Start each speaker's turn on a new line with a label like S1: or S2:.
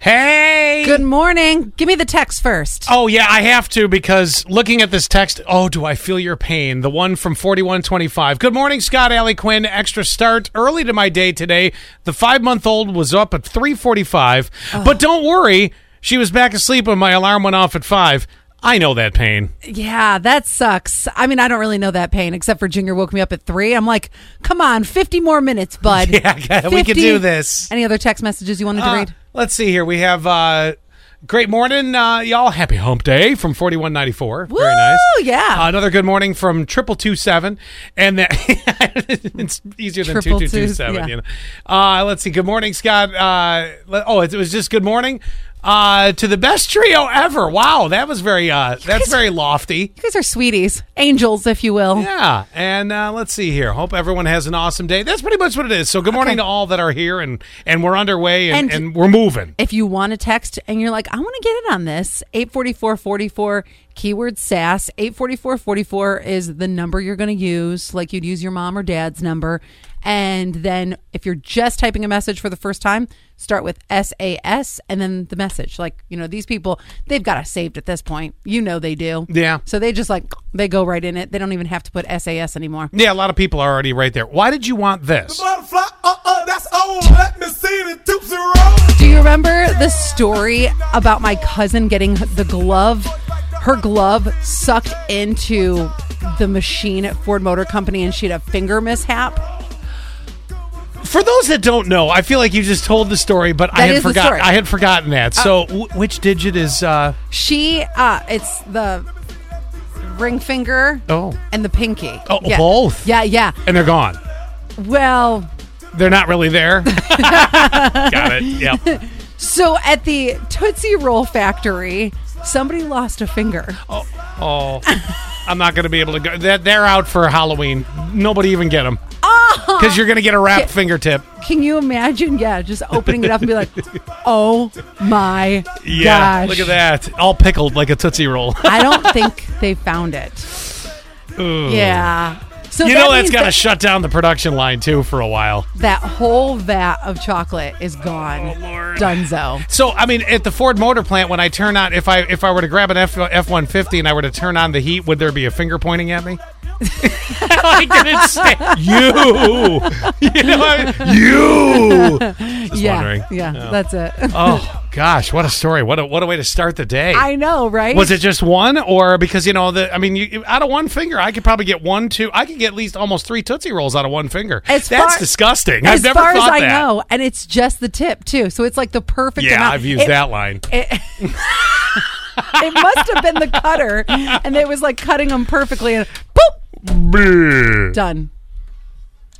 S1: Hey.
S2: Good morning. Give me the text first.
S1: Oh yeah, I have to because looking at this text, oh, do I feel your pain? The one from 4125. Good morning, Scott Alley Quinn. Extra start early to my day today. The 5-month-old was up at 3:45, but don't worry, she was back asleep when my alarm went off at 5. I know that pain.
S2: Yeah, that sucks. I mean, I don't really know that pain except for Junior woke me up at three. I'm like, come on, 50 more minutes, bud.
S1: Yeah, we could
S2: 50.
S1: do this.
S2: Any other text messages you wanted to
S1: Uh,
S2: read?
S1: let's see here. We have uh Great morning, uh, y'all. Happy hump day from 4194. Very nice.
S2: Woo, yeah.
S1: Uh, another good morning from triple two seven, and that it's easier than two
S2: Triple
S1: two two
S2: twos,
S1: seven.
S2: yeah.
S1: You know. Uh, let's see. Good morning, Scott. Uh, le- oh, it, it was just good morning uh, to the best trio ever. Wow, that was very uh, that's very lofty.
S2: you guys are sweeties, angels, if you will.
S1: Yeah, and uh, let's see here. Hope everyone has an awesome day. That's pretty much what it is. So good morning to
S2: Okay.
S1: all that are here, and and we're underway, and,
S2: And-
S1: and we're moving.
S2: If you want to text and you're like, I want to get in on this, 844-44, keyword SASS. 844-44 is the number you're going to use, like you'd use your mom or dad's number. And then if you're just typing a message for the first time, start with SAS and then the message. Like, you know, these people, they've got us saved at this point. You know they do.
S1: Yeah.
S2: So they just like, they go right in it. They don't even have to put SAS anymore.
S1: Yeah, a lot of people are already right there. Why did you want this?
S3: Butterfly, uh uh, that's old. Let me see the tubes and roll.
S2: Do you remember the story about my cousin getting the glove, her glove sucked into the machine at Ford Motor Company and she had a finger mishap?
S1: For those that don't know, I feel like you just told the story, but I
S2: That
S1: had
S2: is the
S1: forgotten.
S2: story. Oh.
S1: I had forgotten that. So, w- which digit is? uh
S2: She, uh, it's the ring finger
S1: Oh.
S2: and the pinky.
S1: Oh,
S2: Yeah.
S1: both.
S2: Yeah, yeah.
S1: And they're gone.
S2: Well,
S1: They're not really there. Got it. Yep.
S2: so at the Tootsie Roll factory, somebody lost a finger.
S1: Oh, I'm not going to be able to go. They're, they're out for Halloween. Nobody even get them
S2: Oh.
S1: because you're going to get a wrapped fingertip.
S2: Can you imagine? Yeah, just opening it up and be like, oh my
S1: Yeah.
S2: gosh.
S1: Look at that. All pickled like a tootsie roll.
S2: I don't think they found it. Yeah. So
S1: Hmm. you
S2: that
S1: know that's
S2: means
S1: got to
S2: that,
S1: shut down the production line too for a while.
S2: that whole vat of chocolate is gone.
S1: Oh, Lord.
S2: Dunzo.
S1: So I mean, at the Ford Motor Plant, when I turn on, if I if I were to grab an F F one fifty and I were to turn on the heat, would there be a finger pointing at me? like, did it say, you? You know, what I mean? you. Just
S2: yeah.
S1: wondering.
S2: Yeah, that's it.
S1: Oh gosh, what a story! What a what a way to start the day.
S2: I know, right?
S1: was it just one, or because you know the? I mean, you, out of one finger, I could probably get one, two. I could get at least almost three tootsie rolls out of one finger.
S2: As
S1: That's
S2: far-
S1: disgusting.
S2: As
S1: I've never
S2: far
S1: thought
S2: as I
S1: that.
S2: know, and it's just the tip too. So it's like the perfect
S1: Yeah,
S2: amount.
S1: I've used
S2: It-
S1: that line.
S2: It, it must have been the cutter, and it was like cutting them perfectly, and boop,
S1: Bleh.
S2: done.